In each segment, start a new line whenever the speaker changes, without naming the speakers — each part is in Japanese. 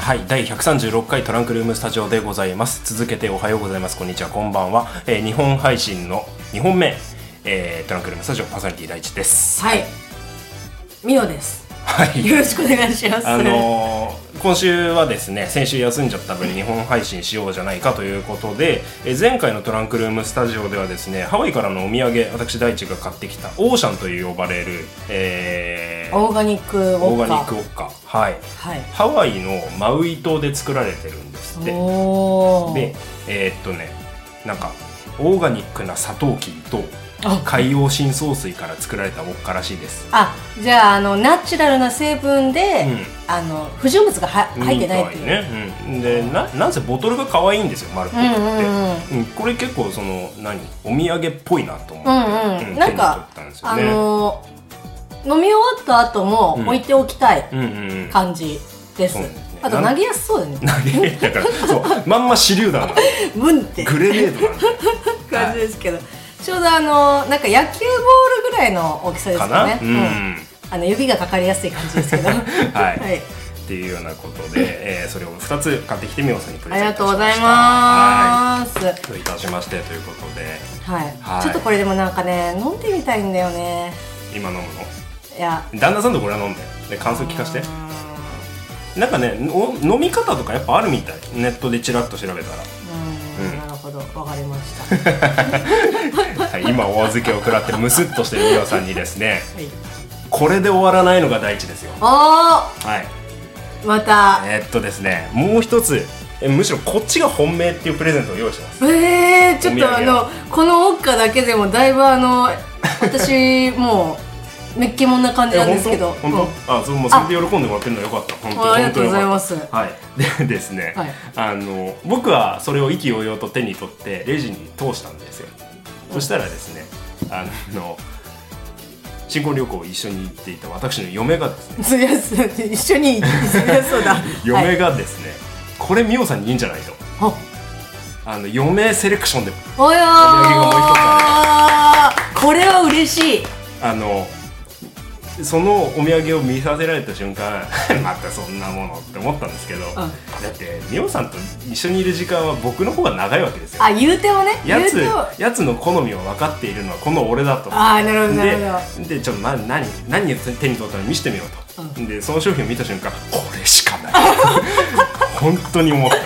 はい第136回トランクルームスタジオでございます続けておはようございますこんにちはこんばんは、えー、日本配信の2本目、えー、トランクルームスタジオパーソナリティ第一です
はいミオです
はい
よろしくお願いします
あのー今週はですね先週休んじゃった分日本配信しようじゃないかということでえー前回のトランクルームスタジオではですねハワイからのお土産私大地が買ってきたオーシャンという呼ばれる、えー
オーガニックウォ
オーガ
ッ
ニ
カ
ックウォッカはい
はい
ハワイのマウイ島で作られてるんですって
おー
でえーっとねなんかオーガニックなサトウキビと
あ
海洋深層水から作られたウォッカらしいです
あじゃああのナチュラルな成分で、
うん
あの不純物がは入ってないっていう、
みたね、うん、でななんせボトルが可愛いんですよ丸っこくって、
うんうん
うんこれ結構その何お土産っぽいなと思って、
うんうんなんか
手に取ったんですよ
あ
ね、
のー飲み終わった後も
うん
置いておきたい
うんうんうん
感じです、
そうですね
あと投げやすそうだ よね
投げだからそうまんま支流弾なの
ブンって
グレネードなの
感じですけど、ちょうどあのーなんか野球ボールぐらいの大きさです
か
か
な
ね、
うん、
うんあの指がかかりやすい感じですけ ど
はい
はい
っていうようなことで、えーそれを2つ買ってきてみおさんにプレ
あり
ゼン
が
ト
とう
しま
ご
した
ざいます。
すといたしましてということで
はい、
はい
ちょっとこれでもなんかね、飲んでみたいんだよね。
今飲むの
いや。
旦那さんとこれは飲んでで感想聞かせてなんかねお飲み方とかやっぱあるみたいネットでチラッと調べたら
う
うん
ん、なるほど、わかりま した。は
はい、今お預けを食らってムスっとしてる美オさんにですね
い。
これで終わらないのが第一ですよ
お
はい
ー、また。
えーっとですねもう一つえむしろこっちが本命っていうプレゼントを用意してます
えー、ちょっ
お土
とあ
産を
の、このオッカだけでもだいぶあの、私もう。めっけもんな感じ
え
なんですけど。
本当、本当あそうもうそれで喜んでもらってるのよかった本当
あありがとうございます
本当よかったはいで ですね、
はい
あの僕はそれを意気揚々と手に取ってレジに通したんですよ、そしたらですねあの新婚旅行を一緒に行っていた私の嫁がですね
うんそりゃそう一緒に、そりゃそうだ。はい
嫁がですね、これ美桜さんにいいんじゃないと
あ
あの嫁セレクションでお
およ
土産がもう一つ
ー。これは嬉しい。
あのそのお土産を見させられた瞬間 またそんなものって思ったんですけど、だって美桜さんと一緒にいる時間は僕の方が長いわけですよ
あ、言うてもね。
や
言う
つ
ても
やつの好みを分かっているのはこの俺だと
ああ、なるほど、なるほど。
ででちょっと、ま、何何手に取ったの見せてみようと、でその商品を見た瞬間これしか ない本当に思った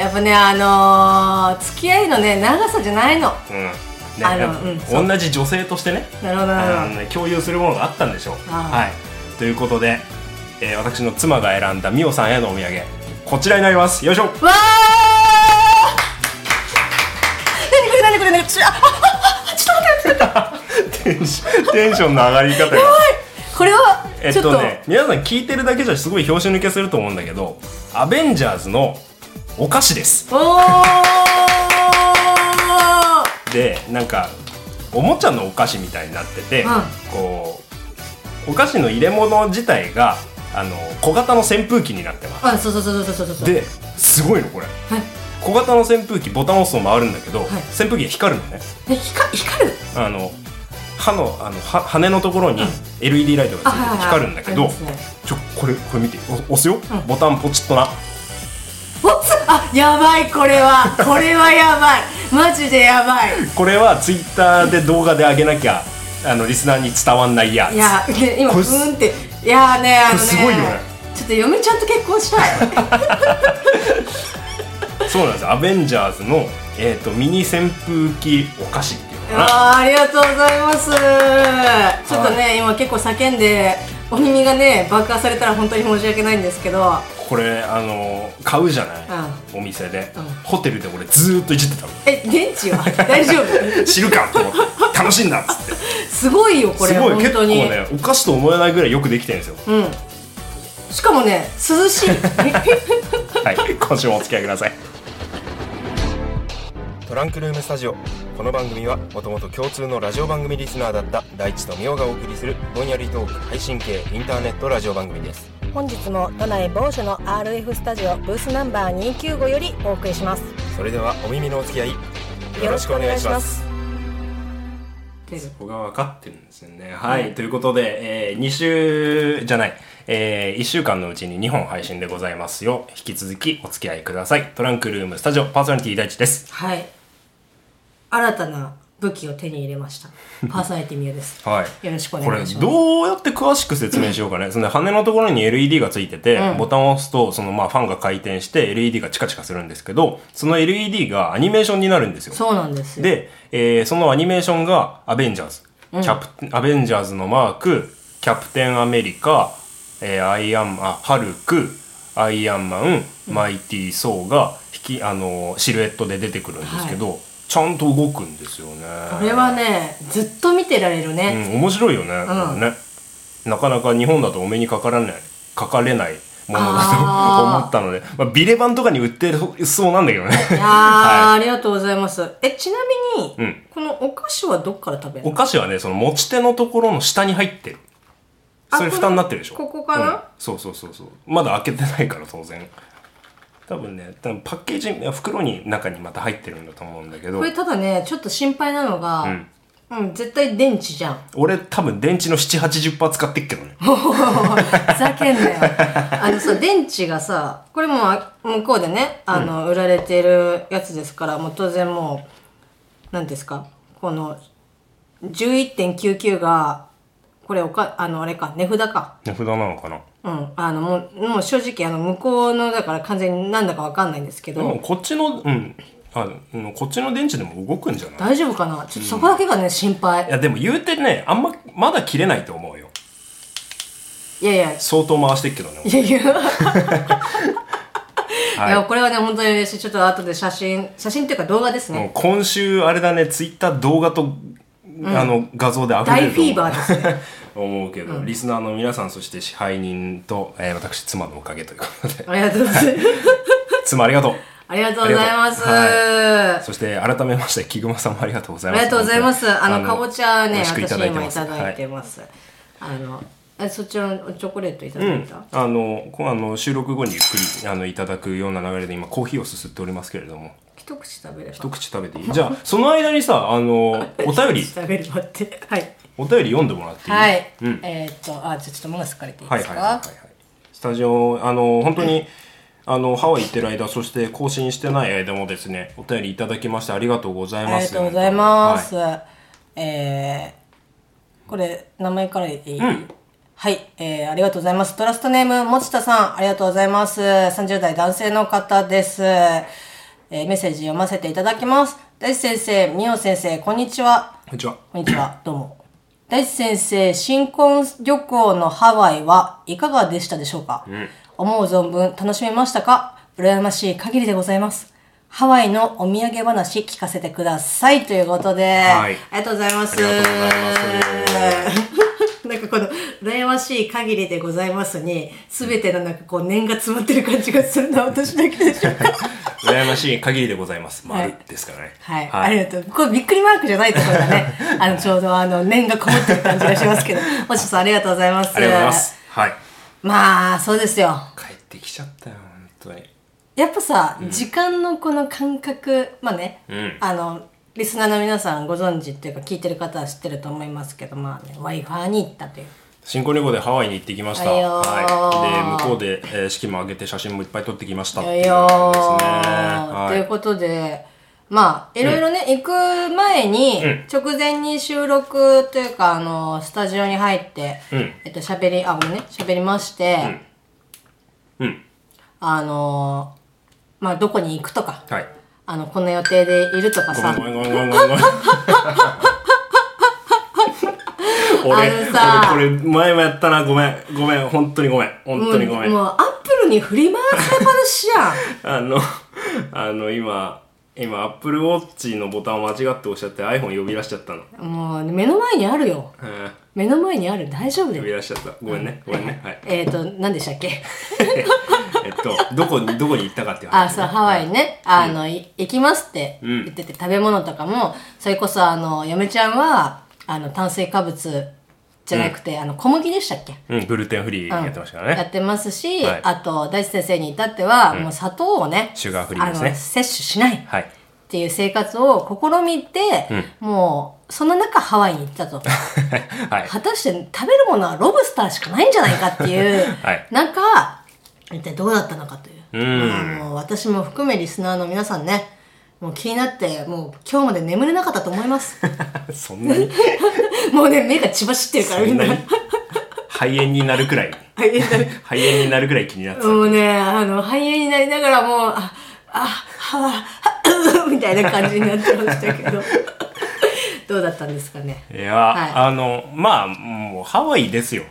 やっぱねあのー、付き合いのね長さじゃないの
うんね
あの
やっぱ
うんそう
同じ女性としてね
なるほどな
あ
るほ
の共有するものがあったんでしょう。
ああ
はい、ということで、えー私の妻が選んだ美桜さんへのお土産こちらになりますよいしょ
どわー何これ何これ何これちょああああちょっと待って待って
テンションテンションの上がり方 が
これは
えっ
ちょっと、
とね皆さん聞いてるだけじゃすごい拍子抜けすると思うんだけど「アベンジャーズ」のお菓子です
お
でなんかおもちゃのお菓子みたいになってて、
うん
こうお菓子の入れ物自体があの小型の扇風機になってます
ーあそうそうそうそうそうそうそう
ですごいのこれ
はい
小型の扇風機ボタン押すと回るんだけど、扇風機が光るのね
え光光る
あの歯のあのは羽のところに LED ライトがついてて光るんだけど、
ありますね
ちょこれこれ見てお押すよ、ボタンポチッとな
おつあやばいこれはこれはやばいマジでやばい
これはツイッターで動画で上げなきゃあのリスナーに伝わんないやつ
いや、ね、今う
これす
ーんっていやーねあ
こ
の
れ
ね
すごいよね
ちょっと嫁ちゃんと結婚したい
そうなんですアベンジャーズの、えー、とミニ扇風機お菓子っていうのかな
あーありがとうございますちょっとね、今結構叫んでお耳がね爆破されたら本当に申し訳ないんですけど
これあの買うじゃない、お店で、
うん
ホテルで俺ずーっといじってたの
え 現地は大丈夫
知るかと思って楽しいんだっつって
すごいよこれ
すごい
本
結
当
構
に、
ねお菓子と思えないぐらいよくできてるんですよ、
うんしかもね涼 しい
はい 今週もお付き合いくださいトランクルームスタジオこの番組はもともと共通のラジオ番組リスナーだった大地とみおがお送りするぼんやりトーク配信系インターネットラジオ番組です
本日も都内某所の RF スタジオブースナンバー295よりお送りします
それではお耳のお付き合いよ
よろしくお願いしますてる
そこが分かってるんですよね。はい。ということで、え2週じゃない、え1週間のうちに2本配信でございますよ。引き続きお付き合いください。トランクルームスタジオパーソナリティ第一です。
はい新たな武器を手に入れ ましたパーソナリティミュウです
はい。
よろしくお
こ
願
れ
いします
どうやって詳しく説明しようかね。その羽のところに LED がついてて、ボタンを押すと、そのまあファンが回転して LED がチカチカするんですけど、その LED がアニメーションになるんですよ。
そうなんですよ
で、えーそのアニメーションがアベンジャーズ。キャプアベンジャーズのマーク、キャプテンアメリカ、えーアイアンマン、あハルク、アイアンマン、マイティー・ソーが引き、あのーシルエットで出てくるんですけど、ちゃんと動くんですよね。
これはねずっと見てられる
う
ね、
ん、面白いよね,、
ん
ね。なかなか日本だとお目にかからない、かかれないものだと
あー
思ったので、まあ、ビレ版とかに売ってそうなんだけどね。
いやー、ありがとうございますえちなみに、
うん
このお菓子はどっから食べる
お
の
菓子はねその持ち手のところの下に入ってる
あ
それ蓋になってるでしょ
ここかな
うんそうそうそうそうまだ開けてないから当然多分ね多分パッケージいや袋に中にまた入ってるんだと思うんだけど
これただねちょっと心配なのが、
うん
うん、絶対電池じゃん
俺多分電池の780%使ってっけどね
ふざけんなよ。あのさ、電池がさ、これもうあ向こうでね、あの、売られてるやつですから、もう当然もう、何ですかこの、11.99が、これおか、あの、あれか、値札か。
値札なのかな
うん。あの、もう、もう正直、あの、向こうの、だから完全になんだかわかんないんですけ
でも
ど、
こっちのうんあうんこっちの電池でも動くんじゃない
大丈夫かなちょっとそこだけがね、心
い
配。
やでも言うてねあんままだ切れないと思うよ
いやいや、
相当回してっけどね
いや いや、いや
は
これはね、本当に嬉しい。ちょっと後で写真、写真っていうか動画です
い
ね。
もう今週あれだねツイッター動画とあの画像で溢れ
大
る
フ
と思う
ィーバーですね。
思うけど、リスナーの皆さんそして支配人と、えー私妻のおかげということで
ありがとうございます。
妻ありがとう
ありがとうございます。
はそして改めまして木熊さんもありがとうござい
あ
ま
り
す
がとうございます。あの、かぼちゃ
美
ね、
味しく
私
いただ
今
いて
い
ます
ただいてます。あの、え、そっちのチョコレートいただいた、
あのこあの収録後にゆっくりあのいただくような流れで今コーヒーをすすっておりますけれども
一口食べれば。
一口食べていいじゃあその間にさあのお便り
一口食べればって。はい。
お便り読んでもらっていい、
はい。
うん、
えーっと、あ、じゃあちょっと物すかれていい
は
で
い
す
は
か、
いはいはいはいスタジオあの本当に、あのハワイ行ってる間そして更新してない間もですねお便りいただきましてありがとうございます
ありがとうございます。えー、これ、名前からいい、はい、えー、ありがとうございます。トラストネーム、もちたさん、ありがとうございます。30代男性の方です。えー、メッセージ読ませていただきます。大地先生、みお先生、こんにちは。
こんにちは
こんにちは、どうも。大地先生、新婚旅行のハワイはいかがでしたでしょうか、思う存分楽しめましたか羨ましい限りでございます。ハワイのお土産話聞かせてくださいということで、
はい
ありがとうございます。
ありがとうございま
なんかこの、羨ましい限りでございますに、すべてのなんかこう、念が詰まってる感じがするのは私だけでしょうか
羨ましい限りでございます
はい
丸ですからね
はい、
は
ありがとう。これびっくりマークじゃないところが ね、あの、ちょうどあの、念がこもってる感じがしますけど、星野さんありがとうございます。
ありがとうございますはい
まあ、そうですよ。
帰ってきちゃったよ本当に
やっぱさ、時間のこの感覚、まあね、
うん
あの、リスナーの皆さんご存知っていうか聞いてる方は知ってると思いますけど、まあね、Wi-Fi に行ったという。
新婚旅行でハワイに行ってきました、
はいよー
はい、で向こうで、えー式も挙げて写真もいっぱい撮ってきましたっ
い
て
や
いう
いや
感じですね
ーと
はい
いうことで、まあ、いろいろね、行く前に、
うん
直前に収録というか、あの、スタジオに入って、
うん
えっと、喋り、あ、ごめんね、喋りまして、
うん
あのー、まあ、どこに行くとか、
はい
あの、こんな予定でいるとか
ごめ
さ
んご、めんごめんごめん ごめん俺
あのさ
俺これ前もやったなごめんごめん本当にごめん本
も
当
う、
にごめん
もうアップルに振り回されっぱなしやん。
あの あの今今アップルウォッチのボタンを間違って押しちゃって iPhone 呼び出しちゃったの、
もう、目の前にあるよ。
うん
目の前にある。大丈夫だ
呼び
よ。
出しちゃったごめんねごめんねはい
えっ、ー、と、何でしたっけ
えっとどこにどこに行ったかっていう
あ、
話
そう、ハワイね、あの、い行きますって
うん
言ってて、食べ物とかも、それこそ、あの、嫁ちゃんは、あの、炭水化物じゃなくて、あの、小麦でしたっけ
うんグルテンフリーやってましたから
や
ね、
ってますし、
はい
あと、大地先生に至っては、もう砂糖をね、
シュガーフリーですね
あの、摂取しない。
はい
っていう生活を試みて、もその中ハワイに行ったと。
はい。
果たして食べるものはロブスターしかないんじゃないかっていう
はい
中一体どうだったのかという、
うん
まあもう私も含めリスナーの皆さんねもう気になってもう今日まで眠れなかったと思います
そんなに、
もうね目が血走ってるから
そ
み
ん
んな
なに肺炎になるくらい、肺炎になるくらい気になってた。
もうねあの肺炎になりながらもうああはあはみたいな感じになってましたけ どどうだったんですかね
いや、
はい
あの、まあ、もうハワイですよ。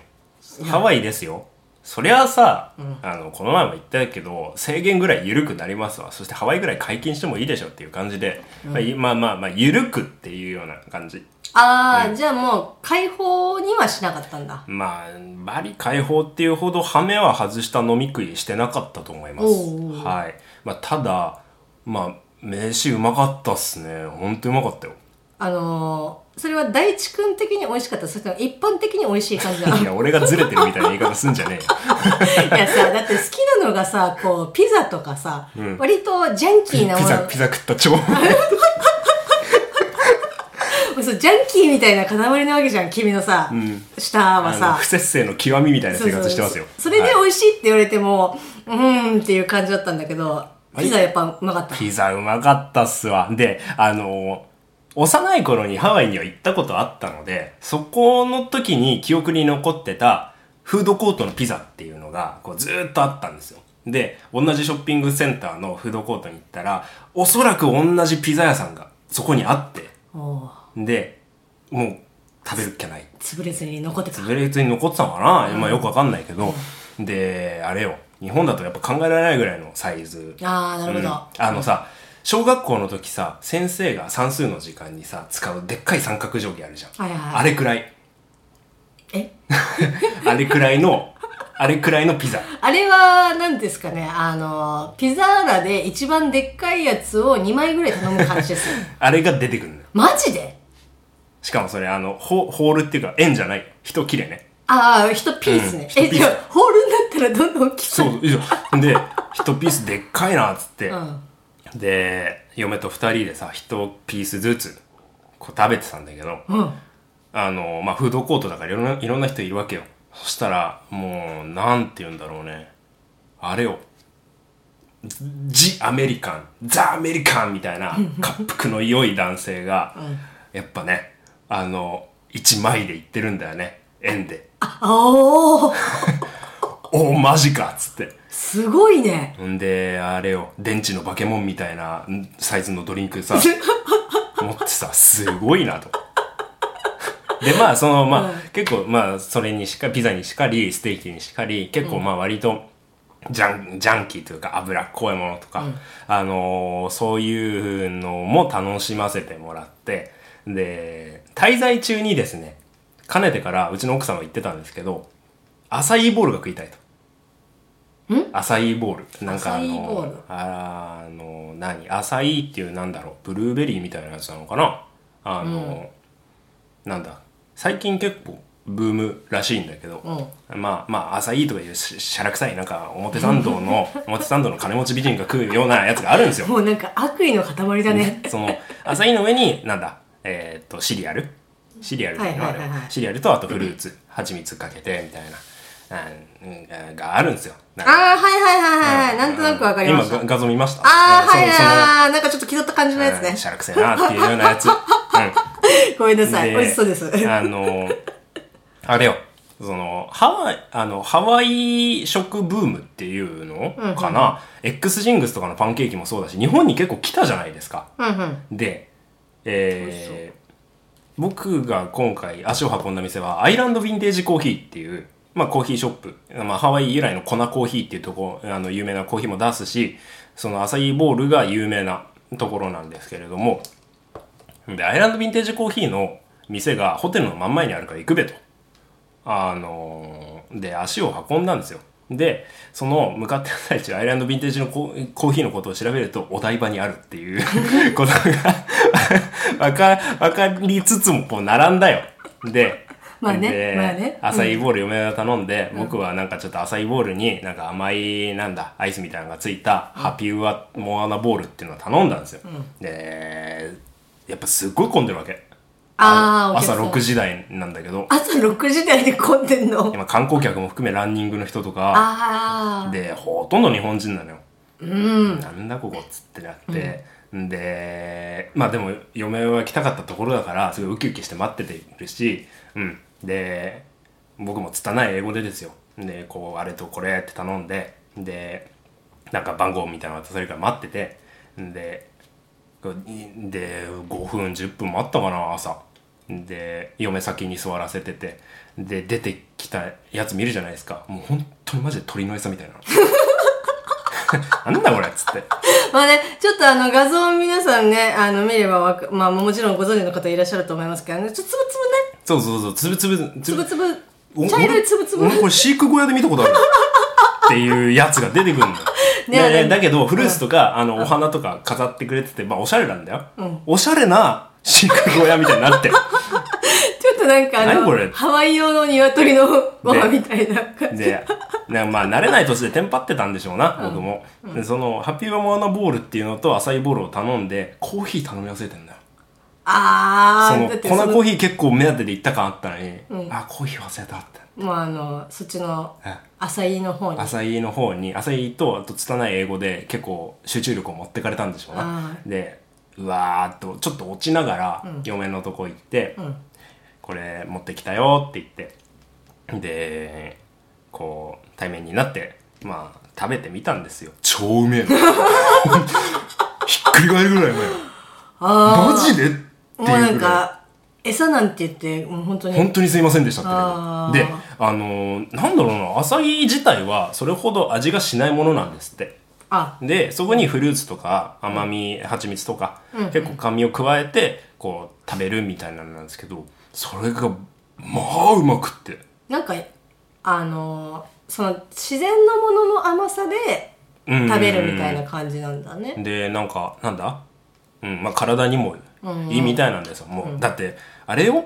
ハワイですよ。そりゃあさ、あの、この前も言ったけど、制限ぐらい緩くなりますわ。そしてハワイぐらい解禁してもいいでしょっていう感じで、まあいまあまあまあ、緩くっていうような感じ。
ああ、じゃあもう解放にはしなかったんだ
まあ、バリ解放っていうほどハメは外した飲み食いしてなかったと思います。
おうおう
はい。まあ、ただ、まあ、飯うまかったっすね。ほんとうまかったよ。
あのー、それは大地君的に美味しかったそれとも一般的に美味しい感じ だ
い
い
や、俺がずれてるみたいな言い方すんじゃねえよ。
やさだって好きなのがさこうピザとかさ、割とジャンキーなも
ピ
の
ザ、 ピザ食った超。
そうジャンキーみたいな塊なわけじゃん君のさ、舌は
あの
さ
不節制の極みみたいな
そう
生
そう
活してますよ
それ
は
で
い
美味しいって言われても、うーんっていう感じだったんだけどピザやっぱうまかった、
ピザうまかったっすわであの幼い頃にハワイには行ったことあったのでそこの時に記憶に残ってたフードコートのピザっていうのがこうずーっとあったんですよで同じショッピングセンターのフードコートに行ったらおそらく同じピザ屋さんがそこにあって
おー
でもう食べるっきゃない
潰れずに残ってた
潰れずに残ってたのかな、まあよくわかんないけど、であれよ日本だとやっぱ考えられないぐらいのサイズ
ああなるほど、
うんあのさ小学校の時さ先生が算数の時間にさ使うでっかい三角定規あるじゃん、
はいはいはい
あれくらい
え
あれくらいのあれくらいのピザ
あれは何ですかねあのピザーラで一番でっかいやつを2枚ぐらい頼む感じですよ
あれが出てくるのよ
マジで
しかもそれあのホホールっていうか円じゃない一切れね
ああ1ピースね、
うん
え
一ピース
じゃあホールになったらどんどん大きさ
そうよいしょで一ピースでっかいなっつって、
ん
で嫁と二人でさ一ピースずつこう食べてたんだけど、
うん
あの、まあ、フードコートだからいろんな、いろんな人いるわけよ。そしたら、もう、なんて言うんだろうね。あれよ。ジ・アメリカン、ザ・アメリカンみたいな、滑腹の良い男性が、やっぱね、あの、一枚で言ってるんだよね。円で。
あおー
おお、マジかっつって。
すごいね
んで、あれよ、電池のバケモンみたいなうんサイズのドリンク さ、持ってさ、すごいなと。で、まあ、その、まあ、結構、まあ、それにしか、ピザにしかり、ステーキにしかり、結構、まあ、割と、ジャン、ジャンキーというか、脂っこいものとか、あのーそういうのも楽しませてもらって、で、滞在中にですね、かねてから、うちの奥さんは言ってたんですけど、アサイーボールが食いたいと。アサイーボール。なんかあ
アサイーボール
の、あーあの、何アサイーっていうなんだろう、ブルーベリーみたいなやつなのかなあの、なんだ、最近結構ブームらしいんだけど、まあまあ、アサイーとかいうししゃらくさい、なんか表参道 の、表参道の金持ち美人が食うようなやつがあるんですよ。
もうなんか悪意の塊だね
その、アサイーの上に、なんだ、えーっと、シリアルシリアルだよね
はいはいはいはい
あれはシリアルとあとフルーツ、蜂蜜かけて、みたいな、うんうん、があるんですよ。なんか
ああはいはいはいはい、なんとなくわかりました
今画画像見ました
ああはいはい
い
はいなんかちょっと気取った感じのやつね、
しゃらくせえなっていうようなやつ、う、
ごめんなんさい美味しそうです
あのあれよそのハワイあのハワイ食ブームっていうのかな、X ジングスとかのパンケーキもそうだし日本に結構来たじゃないですか
うんうん
で、えー僕が今回足を運んだ店はアイランドヴィンテージコーヒーっていう、まあ、コーヒーショップ、まあ、ハワイ由来の粉コーヒーっていうとこあの有名なコーヒーも出すしそのアサイーボールが有名なところなんですけれどもでアイランドヴィンテージコーヒーの店がホテルの真ん前にあるから行くべと。あのーで、足を運んだんですよ。で、その向かってる最中、アイランドヴィンテージのコーコーヒーのことを調べると、お台場にあるっていう ことがわか、わかりつつも、こう、並んだよ。で、
まあね
で
まあね
アサイーボール嫁が頼んで、僕はなんかちょっとアサイーボールになんか甘い、なんだ、アイスみたいなのがついた、ハピウアモアナボールっていうのを頼んだんですよ。で、やっぱすっごい混んでるわけ。
あーお客
朝
さん
6時台なんだけど
朝6時台で混んでんの。
今観光客も含めランニングの人とか
ああ。
でほとんど日本人なのよ、なんだここっつってなって、ん、でまあでも嫁は来たかったところだからすごいウキウキして待ってているし、うん、で僕も拙い英語でですよでこうあれとこれって頼んででなんか番号みたいなの渡されるから待っててんでこういで5分10分もあったかな朝で嫁先に座らせててで出てきたやつ見るじゃないですかもう本当にマジで鳥の餌みたい ななんだこれっつって
まあね、ちょっとあの画像を皆さんね、あの見ればわか、まあもちろんご存知の方いらっしゃると思いますけどね、ちょっとつぶ
そうそうそうつぶつぶつ
つぶね、つぶつぶ、
お
茶色いつぶつぶ
俺。俺これ飼育小屋で見たことあるっていうやつが出てくるのよ
ねあ
で
れ
だけどフルーツとか、あのお花とか飾ってくれててまあおしゃれなんだよ、おしゃれな飼育小屋みたいになってる
ちょっとなんかあ
何これ
の、ハワイ用の鶏のご飯みたいな感じ。
で、ね、まあ慣れない年でテンパってたんでしょうな、僕も、でそのハッピーバモアナボールっていうのと浅いボールを頼んでコーヒー頼み忘れてんだよ
あ
そ
あ、
の
だって
粉
そ
コー
の、
ヒー結構目当てで行った感あったのに、あコーヒー忘れたって
もうあの、そっちの
え、
アサイの方に。
浅井の方に浅井とあと拙い英語で結構集中力を持ってかれたんでしょうな
あ
でうわーっとちょっと落ちながら嫁のとこ行って、
ん
これ持ってきたよって言ってでこう対面になってまあ食べてみたんですよ超うめえの ひっくり返るぐらいうめえ
ああ。
マジでっていうぐ
もう
ら
ないんか、餌なんて言って、もう本当に。
本当にすいませんでしたって
あー
ねであのーなんだろうなアサギ自体はそれほど味がしないものなんですって
あ、
でそこにフルーツとか甘み、蜂蜜とか、結構甘みを加えてこう食べるみたいなのなんですけどそれがまあうまくって
なんか、あの、その、自然のものの甘さで、食べるみたいな感じなんだね。
でなんかなんだ、うんまあ、体にもいいみたいなんですよ、もうだってあれを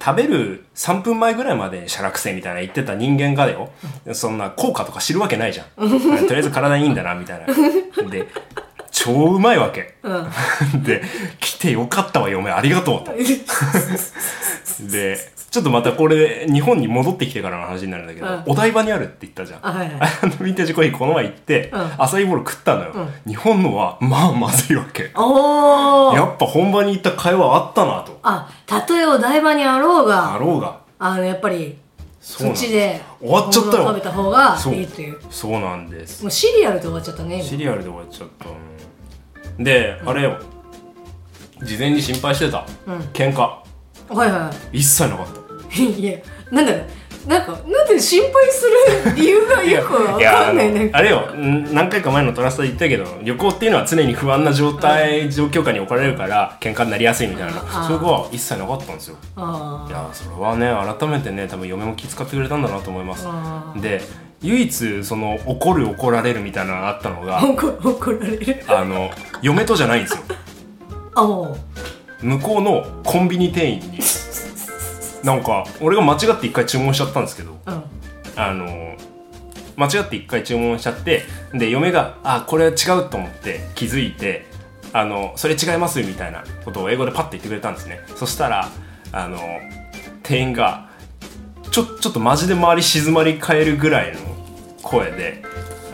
食べる3分前ぐらいまでしゃらくせみたいな言ってた人間がだよそんな効果とか知るわけないじゃん とりあえず体にいいんだなみたいなで超うまいわけ、 で来てよかったわ嫁ありがとうとでちょっとまたこれ日本に戻ってきてからの話になるんだけど、
うん
お台場にあるって言ったじゃん
あ、はいはい。
あのヴィンテージコーヒーこの前行って、
うん
アサイーボール食ったのよ、日本のはまあまずいわけ
おー
やっぱ本場に行った会話あったなと
あ、たとえお台場にあろう
あ
が、
ろうが
あの、やっぱり、
う
そ
な
っ
んです
ちで、
終わっちゃったよ
本物を食べた方が
そう
いいという。
そうなんです
もうシリアルで終わっちゃったね、
シ
今。
リアルで終わっちゃったうんで、あれよ事前に心配してた、
うん
喧嘩
はいは
一切なかった
い。 いや、なんだろう。なんか、なんで心配する 理由がよくわかんない
や
ね。
あのあれよん何回か前のトラストで言ったけど旅行っていうのは常に不安な状態、状況下に置かれるから喧嘩になりやすいみたいな
あ
それが一切なかったんですよ
あ
いやそれはね改めてね多分嫁も気遣ってくれたんだなと思います
あ
で唯一その怒る怒られるみたいなのがあったのが
あ。怒怒られる。
あの嫁とじゃないんですよ
あお
向こうのコンビニ店員になんか俺が間違って一回注文しちゃったんですけど
うん。
あの間違って一回注文しちゃってで嫁が「あこれは違う」と思って気づいて「あのそれ違います」みたいなことを英語でパッと言ってくれたんですねそしたらあの店員がちょちょっとマジで周り静まり返るぐらいの声で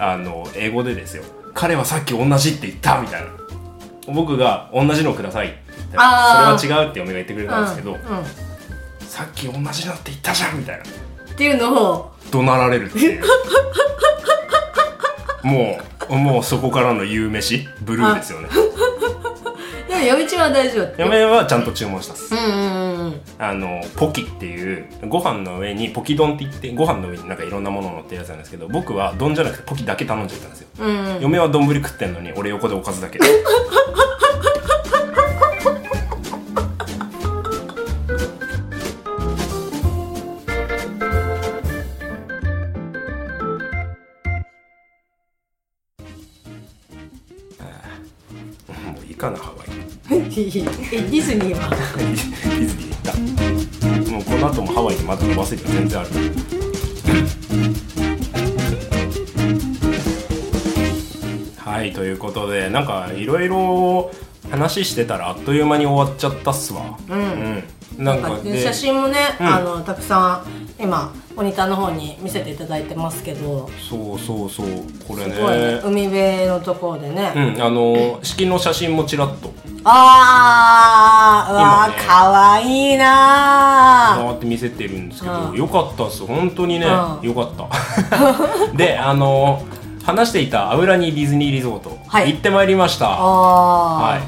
あの英語でですよ「彼はさっき同じって言った」みたいな僕が「同じのください」って言ったら
あー
それは違うって嫁が言ってくれたんですけど「
うんうん
さっき同じのって言ったじゃん」みたいな。
っていうのを
怒鳴られるっていう もうもうそこからの夕飯ブルーですよね
でも嫁ちは大丈夫って
嫁はちゃんと注文したっす
うんうんうんうん
あのポキっていうご飯の上にポキ丼って言ってご飯の上になんかいろんなもの乗ってるやつなんですけど僕は丼じゃなくてポキだけ頼んじゃったんですよ、
うんうん
嫁は丼食ってんのに俺横でおかずだけ もういいかなハワイ
えディズニーは
ディズニー行ったもうこの後もハワイにまだ伸ばせるよ全然あるはいということでなんかいろいろ話してたらあっという間に終わっちゃったっすわ
うん、
うん、なん
なん
か
か
で
写真もね、
うん
あのたくさん今モニターの方に見せていただいてますけど、
そうそうそうこれね
すごいね海辺のところでね、
うんあの式の写真もちらっと
あーう
今
わー、
ね
かわいいなー
回って見せてるんですけ
う
ど
ん
よかったっす本当にね
うん
よかったであの話していたアウラニディズニーリゾート、
はい
行ってまいりましたは
あ
い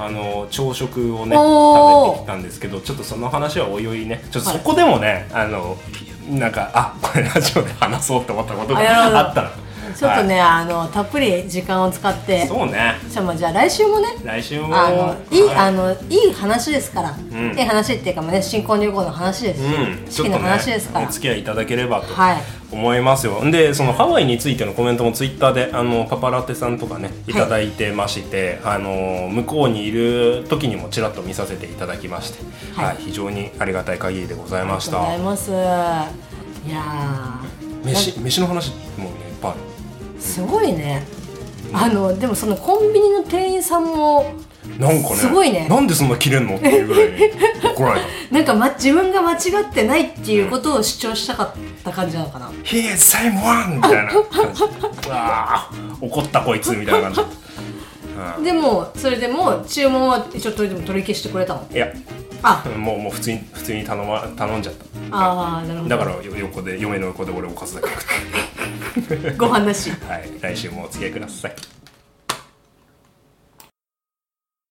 ー、
あの朝食をね
おー
食べてきたんですけどちょっとその話はおいおいねちょっとそこでもね、あのなんかあこれラジオで話そうと思ったことが
あなるほど
あったら
ちょっとね、あのたっぷり時間を使っ
は
て
いそうね
じゃあまあじゃあ来週もね
来週も
あのいい、
はい
あのいい話ですから、
ん
いい話っていうかまあね新婚旅行の話ですし、
うん、ちょ
式
っ
の
とね
話ですから、
お付き合いいただければと
はい
思いますよ、でそのハワイについてのコメントもツイッターであのパパラテさんとかねいただいてまして、あの向こうにいる時にもちらっと見させていただきまして、
は
はいい非常にありがたい限りでござい
あり
ま
がと
し
うござ
た
いますいや
飯飯の話もねいっぱいある
ーすごいねあのでもそのコンビニの店員さんも
なんかね
すごいね
なんでそんな切れんのっていうぐらいに怒られた
なんか、ま、自分が間違ってないっていうことを主張したかった感じなのかな
「He is same one」みたいな 感じうわあ怒ったこいつみたいな感
でもそれでも注文は一応取りでも取り消してくれたの
じいや
あ
もうもう普通に普通に頼,、ま、頼んじゃった
あーなるほど
だからよ横で嫁の横で俺おかずだけ食っ
ご飯なし
て、はい、来週もお付き合いください。